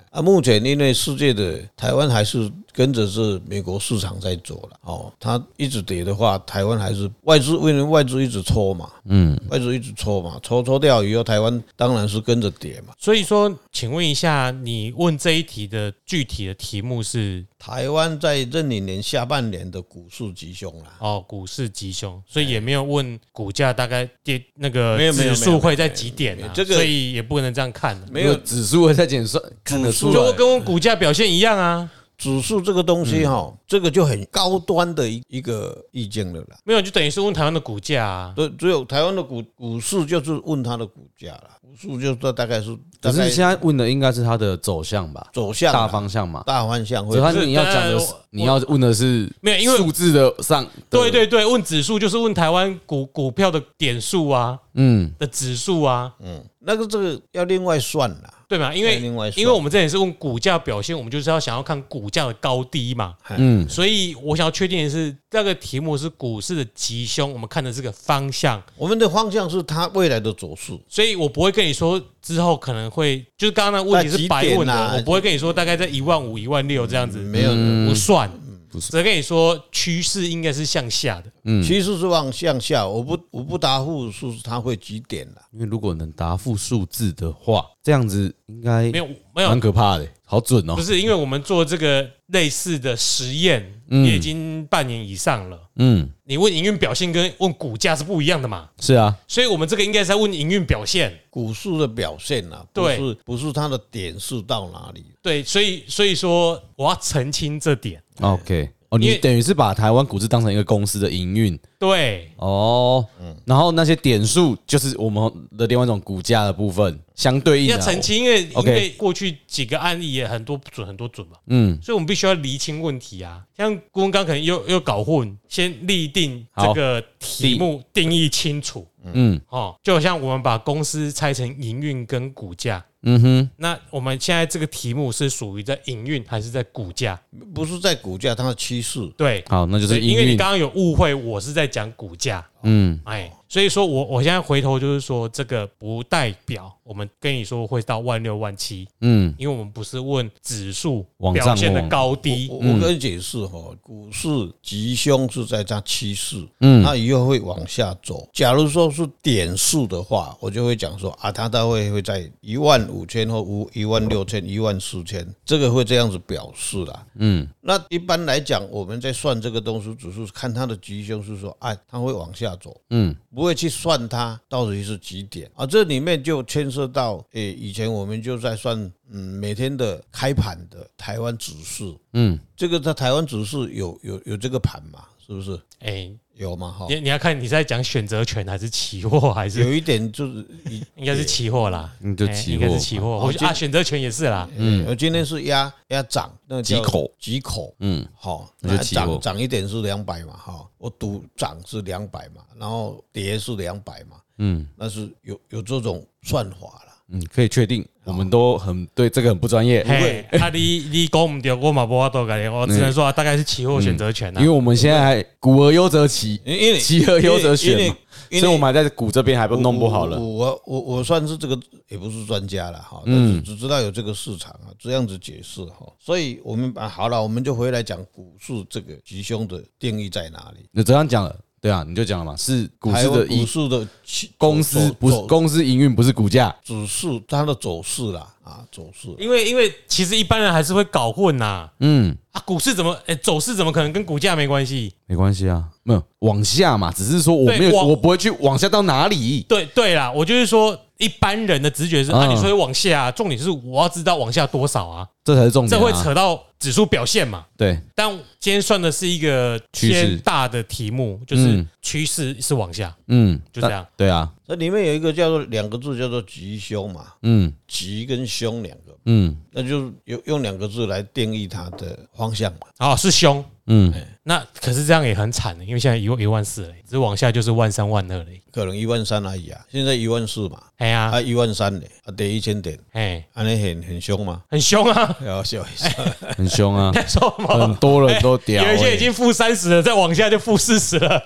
Speaker 3: 啊，目前因为世界的台湾还是跟着是美国市场在走了。哦，它一直跌的话，台湾还是外资，因为外资一直抽嘛，嗯，外资一直抽嘛，抽抽掉以后，台湾当然是跟着跌嘛。
Speaker 1: 所以说，请问一下，你问这一题的具体的题目是
Speaker 3: 台湾在壬寅年下半年的股市吉凶啦，
Speaker 1: 哦，股市吉凶，所以也没有问股价大概跌那个
Speaker 3: 没有没有
Speaker 1: 指
Speaker 3: 没
Speaker 1: 数
Speaker 3: 有
Speaker 1: 会在几点
Speaker 3: 没有
Speaker 1: 啊，
Speaker 3: 这个
Speaker 1: 所以也不能这样看啊，
Speaker 3: 没有
Speaker 2: 指数会在减算，看得出
Speaker 3: 指数
Speaker 1: 就
Speaker 2: 来。
Speaker 1: 跟我股价表现一样啊，
Speaker 3: 指数这个东西哈，
Speaker 2: 嗯
Speaker 3: 这个就很高端的一一个意见了
Speaker 2: 啊
Speaker 3: 啦。
Speaker 1: 没有就等于是问台湾的股价啊。
Speaker 3: 对，只有台湾的股股市就是问它的股价啦，股市就是大概是大
Speaker 2: 可
Speaker 3: 概
Speaker 2: 是现在问的应该是它的走向吧，
Speaker 3: 走向啦
Speaker 2: 大方向嘛。
Speaker 3: 大方向
Speaker 2: 所
Speaker 3: 会
Speaker 2: 以它你要讲的是
Speaker 1: 不是，
Speaker 2: 你要问的是
Speaker 1: 没有因为
Speaker 2: 数字的上，
Speaker 1: 对，对对，问指数就是问台湾股股票的点数啊
Speaker 2: 嗯，
Speaker 1: 的指数啊，
Speaker 3: 嗯那个这个要另外算啦，
Speaker 1: 对嘛？因
Speaker 3: 要
Speaker 1: 为
Speaker 3: 另外算
Speaker 1: 因为我们这里是问股价表现，我们就是要想要看股价的高低嘛。
Speaker 2: 嗯，
Speaker 1: 所以我想要确定的是，这个题目是股市的吉凶，我们看的是个方向。
Speaker 3: 我们的方向是它未来的走势，
Speaker 1: 所以我不会跟你说之后可能会，就是刚刚那个问题是白问
Speaker 3: 在几点
Speaker 1: 的
Speaker 3: 啊，
Speaker 1: 我不会跟你说大概在一万五、一万六这样子，
Speaker 3: 没有的
Speaker 1: 不算，
Speaker 2: 不是
Speaker 1: 只跟你说趋势应该是向下的。
Speaker 2: 嗯
Speaker 3: 趋势是往向下。我不我不答复是它会几点啦，
Speaker 2: 因为如果能答复数字的话，这样子应该
Speaker 1: 没有没有
Speaker 2: 蛮，可怕的，好准哦
Speaker 1: 哎不。是因为我们做这个类似的实验也已经半年以上了。
Speaker 2: 嗯，
Speaker 1: 你问营运表现跟问股价是不一样的嘛，
Speaker 2: 是啊，
Speaker 1: 所以我们这个应该是在问营运表现。
Speaker 3: 股市的表现啦，不
Speaker 1: 对
Speaker 3: 是不是它的点是到哪里。
Speaker 1: 对，所以所以说我要澄清这点。
Speaker 2: OK，哦，
Speaker 1: 哎因
Speaker 2: 你
Speaker 1: 为
Speaker 2: 等于是把台湾股市当成一个公司的营运
Speaker 1: 对，
Speaker 2: 哦，
Speaker 1: 嗯
Speaker 2: 然后那些点数就是我们的另外一种股价的部分，相对应
Speaker 1: 要
Speaker 2: 的啊
Speaker 1: 澄清，因为因
Speaker 2: OK
Speaker 1: 为过去几个案例也很多不准，很多准嘛，
Speaker 2: 嗯，
Speaker 1: 所以我们必须要厘清问题啊。像郭文刚可能又又搞混，先立定这个题目定义清楚，
Speaker 2: 嗯
Speaker 1: 哦，就好像我们把公司拆成营运跟股价，
Speaker 2: 嗯哼，
Speaker 1: 那我们现在这个题目是属于在营运还是在股价？
Speaker 3: 不是在股价，它的趋势。
Speaker 1: 对，
Speaker 2: 好，那就是
Speaker 1: 对
Speaker 2: 营
Speaker 1: 因为你
Speaker 2: 运，
Speaker 1: 刚刚有误会，我是在讲股价，
Speaker 2: 嗯，
Speaker 1: 哎，所以说我我现在回头就是说，这个不代表我们跟你说会到万六万七，
Speaker 2: 嗯，
Speaker 1: 因为我们不是问指数
Speaker 2: 往上
Speaker 1: 表现的
Speaker 2: 望
Speaker 1: 高低
Speaker 2: 嗯
Speaker 3: 我，我跟你解释哈，股市吉凶是在它趋势，
Speaker 2: 嗯
Speaker 3: 它以后会往下走。假如说是点数的话，我就会讲说啊，它大概会在一万五千或五一万六千、一万四千，这个会这样子表示啦。
Speaker 2: 嗯，
Speaker 3: 那一般来讲，我们在算这个东西，只是看它的吉凶是说，哎，它会往下走，
Speaker 2: 嗯，
Speaker 3: 不会去算它到底是几点啊。这里面就牵涉到，诶、以前我们就在算，嗯，每天的开盘的台湾指数，
Speaker 2: 嗯，
Speaker 3: 这个它台湾指数有有有这个盘嘛，是不是
Speaker 1: 哎，
Speaker 3: 有嘛？哈，
Speaker 1: 你你要看你是在讲选择权还是期货还是
Speaker 3: 有一点就是以
Speaker 1: 应该是期货啦，
Speaker 2: 嗯就
Speaker 1: 哎
Speaker 2: 期
Speaker 1: 应该
Speaker 2: 货
Speaker 1: 是期货，
Speaker 3: 哦
Speaker 1: 我
Speaker 3: 今
Speaker 1: 啊选择权也是啦，
Speaker 3: 嗯，我今天是压压涨，那叫
Speaker 2: 几口，
Speaker 3: 几口，
Speaker 2: 嗯，
Speaker 3: 好，
Speaker 2: 那就
Speaker 3: 那
Speaker 2: 起
Speaker 3: 涨
Speaker 2: 落
Speaker 3: 涨一点是两百嘛，哈，我赌涨是两百嘛，然后跌是两百嘛，
Speaker 2: 嗯
Speaker 3: 那是有有这种算法啦。
Speaker 2: 嗯，可以确定，我们都很对这个很不嗯专业，
Speaker 1: 嘿，啊你你讲唔对，我嘛无法度改，我只能说啊大概是期货选择权
Speaker 2: 因
Speaker 1: 啊
Speaker 2: 为，我们现在还古而优则奇，
Speaker 3: 因因为
Speaker 2: 奇而优则选
Speaker 3: 因为
Speaker 2: 嘛，
Speaker 3: 因为
Speaker 2: 所以我们还在股这边还不弄不好了嗯
Speaker 3: 我。我我我算是这个也不是专家了哈，但是只知道有这个市场啊，这样子解释哈。所以我们啊好了，我们就回来讲股市这个吉凶的定义在哪里。
Speaker 2: 你这样讲了，对啊，你就讲了嘛，是股
Speaker 3: 还
Speaker 2: 市
Speaker 3: 有
Speaker 2: 的
Speaker 3: 股
Speaker 2: 一
Speaker 3: 市的起
Speaker 2: 公司
Speaker 3: 走
Speaker 2: 不是
Speaker 3: 走
Speaker 2: 公司营运不是股价，
Speaker 3: 指数它的走势啦，啊，走势
Speaker 1: 因为因为其实一般人还是会搞混呐，
Speaker 2: 嗯，
Speaker 1: 啊股市怎么哎走势怎么可能跟股价没关系？
Speaker 2: 没关系啊，没有往下嘛，只是说我
Speaker 1: 对
Speaker 2: 没有，
Speaker 1: 往
Speaker 2: 我不会去往下到哪里。
Speaker 1: 对对啦，我就是说，一般人的直觉是，啊，
Speaker 2: 嗯
Speaker 1: 你说会往下、啊，重点是我要知道往下多少啊，
Speaker 2: 这才是重
Speaker 1: 这
Speaker 2: 点、啊，
Speaker 1: 会扯到指数表现嘛。
Speaker 2: 对，
Speaker 1: 但今天算的是一个
Speaker 2: 趋势
Speaker 1: 偏大的题目，就是
Speaker 2: 嗯
Speaker 1: 趋势是往下，
Speaker 2: 嗯，
Speaker 1: 就这样
Speaker 2: 但对啊，
Speaker 3: 那里面有一个叫做两个字叫做吉凶嘛，
Speaker 2: 嗯
Speaker 3: 吉跟凶两个，
Speaker 2: 嗯
Speaker 3: 那就是用用两个字来定义它的方向嘛。
Speaker 1: 好、哦是凶。
Speaker 2: 嗯，
Speaker 1: 那可是这样也很惨的，因为现在一万一万四了，只是往下就是万三万二了。
Speaker 3: 可能一万三而已啊，现在一万四嘛，
Speaker 1: 哎呀、
Speaker 3: 啊一万三呢，啊跌一千点，
Speaker 1: 哎，
Speaker 3: 安尼很很凶嘛，
Speaker 1: 很凶啊！
Speaker 3: 要笑一下。
Speaker 2: 很凶啊，
Speaker 1: 说什么
Speaker 2: 很多人都屌、
Speaker 1: 有一些已
Speaker 2: 欸，
Speaker 1: 经负三 十了，再往下就负四十了。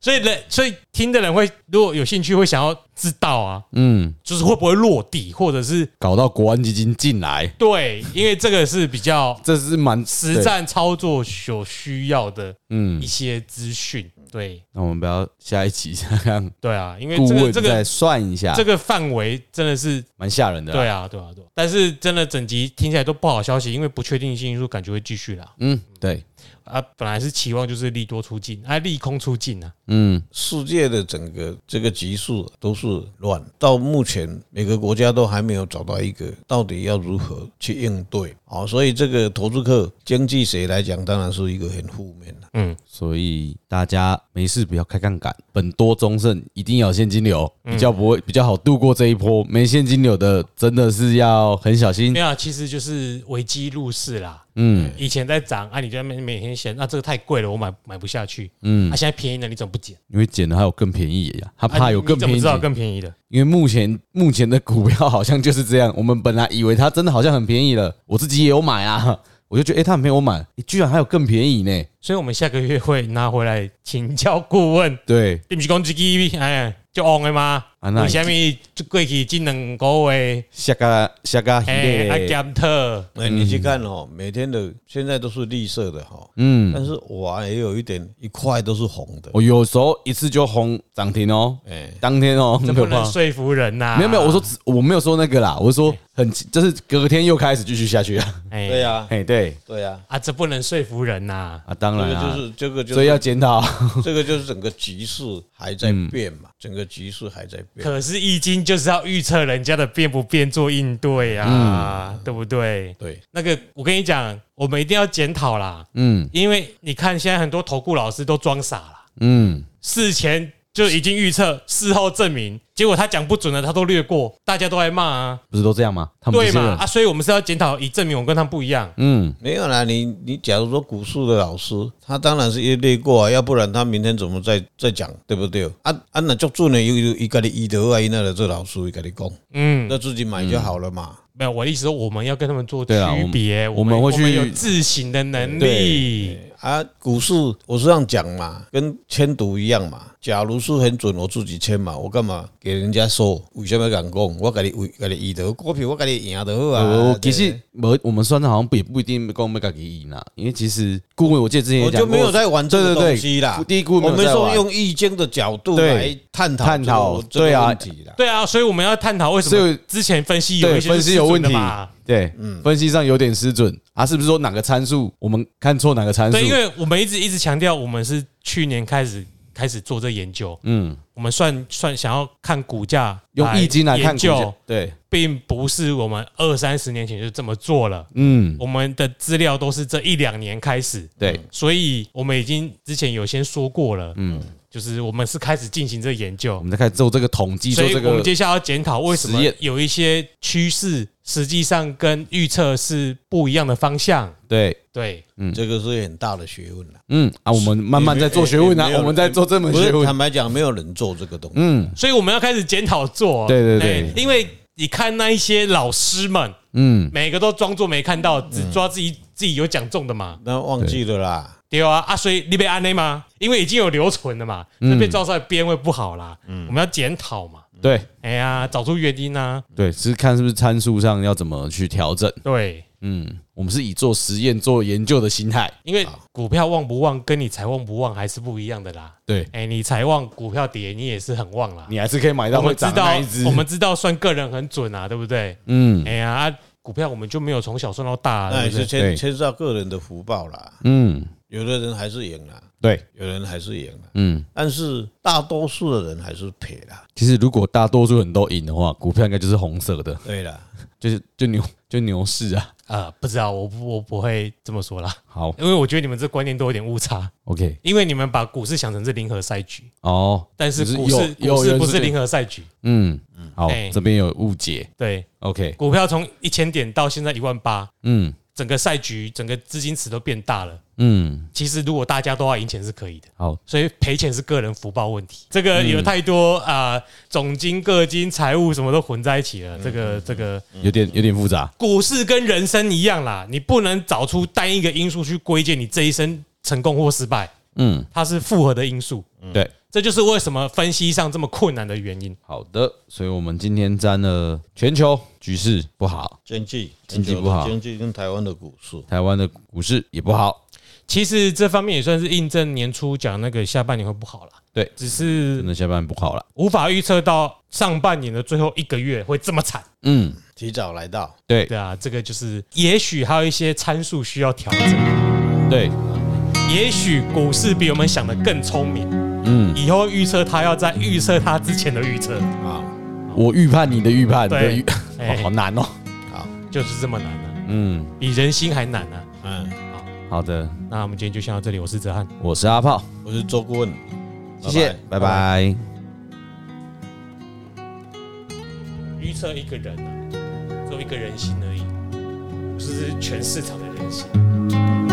Speaker 1: 所以人，所以听的人会，如果有兴趣，会想要知道啊，
Speaker 2: 嗯，
Speaker 1: 就是会不会落地，或者是
Speaker 2: 搞到国安基金进来，
Speaker 1: 对，因为这个是比较
Speaker 2: 这是蛮
Speaker 1: 实。
Speaker 2: 对
Speaker 1: 战操作所需要的
Speaker 2: 嗯
Speaker 1: 一，些资讯。对
Speaker 2: 那我们不要下一集再让
Speaker 1: 对啊，因为
Speaker 2: 顾
Speaker 1: 这
Speaker 2: 问
Speaker 1: 个这
Speaker 2: 再
Speaker 1: 个
Speaker 2: 算一下
Speaker 1: 这，个范围真的是
Speaker 2: 蛮吓人的。
Speaker 1: 对，啊对啊对啊，但是真的整集听起来都不好消息，因为不确定性因素感觉会继续啦。
Speaker 2: 嗯，对，
Speaker 1: 啊，本来是期望就是利多出尽，啊，利空出尽啊，
Speaker 2: 嗯
Speaker 3: 世界的整个这个局势都是乱，到目前每个国家都还没有找到一个到底要如何去应对啊，所以这个投资客经济学来讲，当然是一个很负面的。
Speaker 1: 嗯，
Speaker 2: 所以大家没事不要开杠杆，本多中胜，一定要有现金流，
Speaker 1: 嗯
Speaker 2: 比较不会比较好度过这一波。没现金流的，真的是要很小心
Speaker 1: 没。有啊，其实就是危机入市啦。
Speaker 2: 嗯
Speaker 1: 以前在涨，啊，你就在那边每天嫌，那、这个太贵了，我买买不下去。
Speaker 2: 嗯
Speaker 1: 啊，，现在便宜了，你怎么不减？
Speaker 2: 因为捡的还有更便宜呀，他
Speaker 1: 啊
Speaker 2: 怕有
Speaker 1: 你
Speaker 2: 更
Speaker 1: 你怎
Speaker 2: 便
Speaker 1: 么
Speaker 2: 宜
Speaker 1: 知道
Speaker 2: 的。
Speaker 1: 更便宜的？
Speaker 2: 因为目前目前的股票好像就是这样，我们本来以为它真的好像很便宜了，我自己也有买啊， 我就觉得诶，它很便宜，我买，诶居然还有更便宜呢。
Speaker 1: 所以我们下个月会拿回来请教顾问。
Speaker 2: 对，
Speaker 1: 你不是讲自己哎就 on 的吗？
Speaker 2: 啊那
Speaker 1: 为什么就过去这两个月
Speaker 2: 下个下个
Speaker 1: 哎啊检讨？
Speaker 3: 哎，你去看哦，每天的现在都是绿色的哈，
Speaker 2: 嗯，
Speaker 3: 但是我也有一点一块都是红的。
Speaker 2: 我哦有时候一次就红涨停哦，
Speaker 3: 哎，
Speaker 2: 当天哦，
Speaker 1: 这
Speaker 2: 很
Speaker 1: 不
Speaker 2: 可
Speaker 1: 能
Speaker 2: 怕。
Speaker 1: 说服人呐、
Speaker 2: 没有没有，我说只我没有说那个啦，我是说很就是隔天又开始继续下去啊。
Speaker 1: 哎
Speaker 3: 对呀、
Speaker 2: 嘿，对
Speaker 3: 对呀、
Speaker 1: 啊，这不能说服人呐、
Speaker 2: 啊，当
Speaker 3: 这
Speaker 2: 然
Speaker 3: 个
Speaker 2: 啊，
Speaker 3: 就是这个就
Speaker 2: 所以要嗯
Speaker 3: 是
Speaker 2: 检讨。啊
Speaker 3: 这个就是整个局势还在变嘛，整个局势还在变。
Speaker 1: 可是易经就是要预测人家的变不变做应对啊，
Speaker 2: 嗯
Speaker 1: 对不对？
Speaker 3: 对，
Speaker 1: 那个我跟你讲，我们一定要检讨啦，
Speaker 2: 嗯
Speaker 1: 因为你看现在很多投顾老师都装傻啦，
Speaker 2: 嗯，
Speaker 1: 事前就已经预测，事后证明，结果他讲不准的他都略过，大家都在骂啊，
Speaker 2: 不是都这样吗？他们
Speaker 1: 对
Speaker 2: 这些
Speaker 1: 嘛
Speaker 2: 人
Speaker 1: 啊，所以我们是要检讨，以证明我跟他们不一样。
Speaker 2: 嗯
Speaker 3: 没有啦，你你假如说股市的老师，他当然是也累过啊，要不然他明天怎么再再讲，对不对？啊啊，那就准呢，有有一个你医德啊，那的这老师跟你讲，
Speaker 1: 嗯，
Speaker 3: 那自己买就好了嘛。
Speaker 1: 没有，我的意思说我们要跟他们做区
Speaker 2: 对啊我们
Speaker 1: 别，
Speaker 2: 我们会去
Speaker 1: 我们有自省的
Speaker 2: 嗯
Speaker 1: 能力。
Speaker 3: 啊，股市我是这样讲嘛，跟签读一样嘛。假如是很准，我自己签嘛，我干嘛给人家说？为什么敢讲？我给你为给你医德股票，我给你赢得好啊
Speaker 2: 呃，。其实我我们算的好像不也不一定跟我们家给赢啦，因为其实顾问我记得之前
Speaker 3: 对
Speaker 2: 也
Speaker 3: 我
Speaker 2: 讲
Speaker 3: 就
Speaker 2: 过，
Speaker 3: 没有在玩这
Speaker 2: 对
Speaker 3: 个
Speaker 2: 对对
Speaker 3: 东西啦。
Speaker 2: 第一顾问
Speaker 3: 我
Speaker 2: 没
Speaker 3: 们
Speaker 2: 有在
Speaker 3: 说
Speaker 2: 玩
Speaker 3: 用易经的角度
Speaker 2: 对
Speaker 3: 来探讨
Speaker 2: 探讨
Speaker 3: 这个
Speaker 2: 对啊
Speaker 3: 问题啦。
Speaker 1: 对啊，所以我们要探讨为什
Speaker 2: 所
Speaker 1: 么
Speaker 2: 以
Speaker 1: 之前分析有
Speaker 2: 对
Speaker 1: 一些
Speaker 2: 分析有问
Speaker 1: 是
Speaker 2: 题
Speaker 1: 准的嘛。，
Speaker 2: 对，分析上有点失准啊，是不是说哪个参数我们看错哪个参数
Speaker 1: 对，？因为我们一直一直强调，我们是去年开始开始做这研究，
Speaker 2: 嗯，
Speaker 1: 我们算算想要看股价，
Speaker 2: 用易经来看
Speaker 1: 研
Speaker 2: 股价
Speaker 1: 究，，
Speaker 2: 对，
Speaker 1: 并不是我们二三十年前就这么做了。
Speaker 2: 嗯，
Speaker 1: 我们的资料都是这一两年开始，
Speaker 2: 对，
Speaker 1: 所以我们已经之前有先说过了，嗯，就是我们是开始进行这研
Speaker 2: 我
Speaker 1: 究，
Speaker 2: 们再开始做这个统计，
Speaker 1: 所
Speaker 2: 做
Speaker 1: 以
Speaker 2: 这
Speaker 1: 我们
Speaker 2: 个
Speaker 1: 接下来要检讨为什么
Speaker 2: 实验
Speaker 1: 有一些趋势实际上跟预测是不一样的方向。
Speaker 2: 对，
Speaker 1: 对，
Speaker 3: 这个是很大的学 问啦。
Speaker 2: 嗯啊，我们慢慢在做学问啊
Speaker 3: 也没，有
Speaker 2: 我们在做这门
Speaker 3: 不
Speaker 2: 学
Speaker 3: 是，
Speaker 2: 问，
Speaker 3: 坦白讲，没有人做这个东西。
Speaker 2: 嗯
Speaker 1: 所以我们要开始检讨做。
Speaker 2: 对对对
Speaker 1: 哎因为你看那一些老师们，
Speaker 2: 嗯，
Speaker 1: 每个都装作没看到，只抓自己自己有讲中的嘛，
Speaker 3: 那忘记了啦。
Speaker 1: 对啊啊，所以你被安内吗？因为已经有留存了嘛，
Speaker 2: 嗯
Speaker 1: 那被照出来编会不好啦。我们要检讨嘛，
Speaker 2: 对
Speaker 1: 哎呀，找出原因啊。
Speaker 2: 对，是看是不是参数上要怎么去调整，
Speaker 1: 对，
Speaker 2: 嗯，我们是以做实验、做研究的心态，
Speaker 1: 因为股票旺不旺跟你财旺不旺还是不一样的啦。
Speaker 2: 对
Speaker 1: 哎，你财旺股票跌，你也是很旺啦。
Speaker 2: 你还是可以买到
Speaker 1: 我
Speaker 2: 会
Speaker 1: 们知
Speaker 2: 涨的
Speaker 1: 道
Speaker 2: 那一只，，
Speaker 1: 我们知道算个人很准啊，对不对？
Speaker 2: 嗯
Speaker 1: 哎呀，啊股票我们就没有从小算到大啊，
Speaker 3: 那
Speaker 1: 对
Speaker 3: 也
Speaker 1: 不对
Speaker 3: 是
Speaker 2: 对
Speaker 3: 牵牵涉到个人的福报啦。
Speaker 2: 嗯，
Speaker 3: 有的人还是赢了，
Speaker 2: 对，
Speaker 3: 有人还是赢了，
Speaker 2: 嗯。
Speaker 3: 但是大多数的人还是赔了。
Speaker 2: 其实如果大多数人都赢的话，股票应该就是红色的，
Speaker 3: 对了，
Speaker 2: 就是就牛就牛市啊。
Speaker 1: 呃，不知道，我不我不会这么说啦，
Speaker 2: 好
Speaker 1: 因为我觉得你们这观念都有点误差，
Speaker 2: ，OK，
Speaker 1: 因为你们把股市想成是零和赛局，
Speaker 2: 哦，
Speaker 1: 但是
Speaker 2: 就是
Speaker 1: 股市
Speaker 2: 有
Speaker 1: 股
Speaker 2: 有
Speaker 1: 市
Speaker 2: 人
Speaker 1: 不
Speaker 2: 是
Speaker 1: 是零和赛局，
Speaker 2: 嗯，好
Speaker 1: 哎，
Speaker 2: 这边有误解
Speaker 1: 对，
Speaker 2: ，OK，
Speaker 1: 股票从一千点到现在一万八，
Speaker 2: 嗯
Speaker 1: 整个赛局整个资金池都变大了。
Speaker 2: 嗯，
Speaker 1: 其实如果大家都要赢钱是可以的，
Speaker 2: 好，
Speaker 1: 所以赔钱是个人福报问题。这个有太多啊、呃总金、个金、财务什么都混在一起了。这个这个
Speaker 2: 有点有点复杂，
Speaker 1: 股市跟人生一样啦，你不能找出单一个因素去归结你这一生成功或失败，
Speaker 2: 嗯，
Speaker 1: 它是复合的因素。
Speaker 2: 对，
Speaker 1: 这就是为什么分析上这么困难的原因。
Speaker 2: 好的，所以我们今天沾了全球局势不好，
Speaker 3: 经济
Speaker 2: 经济不好
Speaker 3: 经济跟台湾的股市，
Speaker 2: 台湾的股市也不好，
Speaker 1: 其实这方面也算是印证年初讲那个下半年会不好啦。
Speaker 2: 对
Speaker 1: 只
Speaker 2: 真
Speaker 1: 是
Speaker 2: 的下半不好了。
Speaker 1: 无法预测到上半年的最后一个月会这么惨。
Speaker 2: 嗯，
Speaker 3: 提早来到，
Speaker 2: 对
Speaker 1: 对啊，这个就是也许还有一些参数需要调整，
Speaker 2: 对，
Speaker 1: 也许股市比我们想的更聪明，
Speaker 2: 嗯，
Speaker 1: 以后预测它要在预测它之前的预测，
Speaker 3: 好，
Speaker 2: 我预判你的预判，你的
Speaker 1: 对
Speaker 2: 预，
Speaker 1: 哎
Speaker 2: 哦好难哦。
Speaker 3: 好，
Speaker 1: 就是这么难啊，
Speaker 2: 嗯，
Speaker 1: 比人心还难啊。
Speaker 3: 嗯，
Speaker 2: 好的，
Speaker 1: 那我们今天就先到这里，我是泽汉。
Speaker 2: 我是阿炮，
Speaker 3: 我是周顾问，
Speaker 2: 谢谢，拜
Speaker 3: 拜拜
Speaker 2: 拜。
Speaker 1: 预测一个人啊，做一个人心而已，不是全市场的人心。
Speaker 3: 拜拜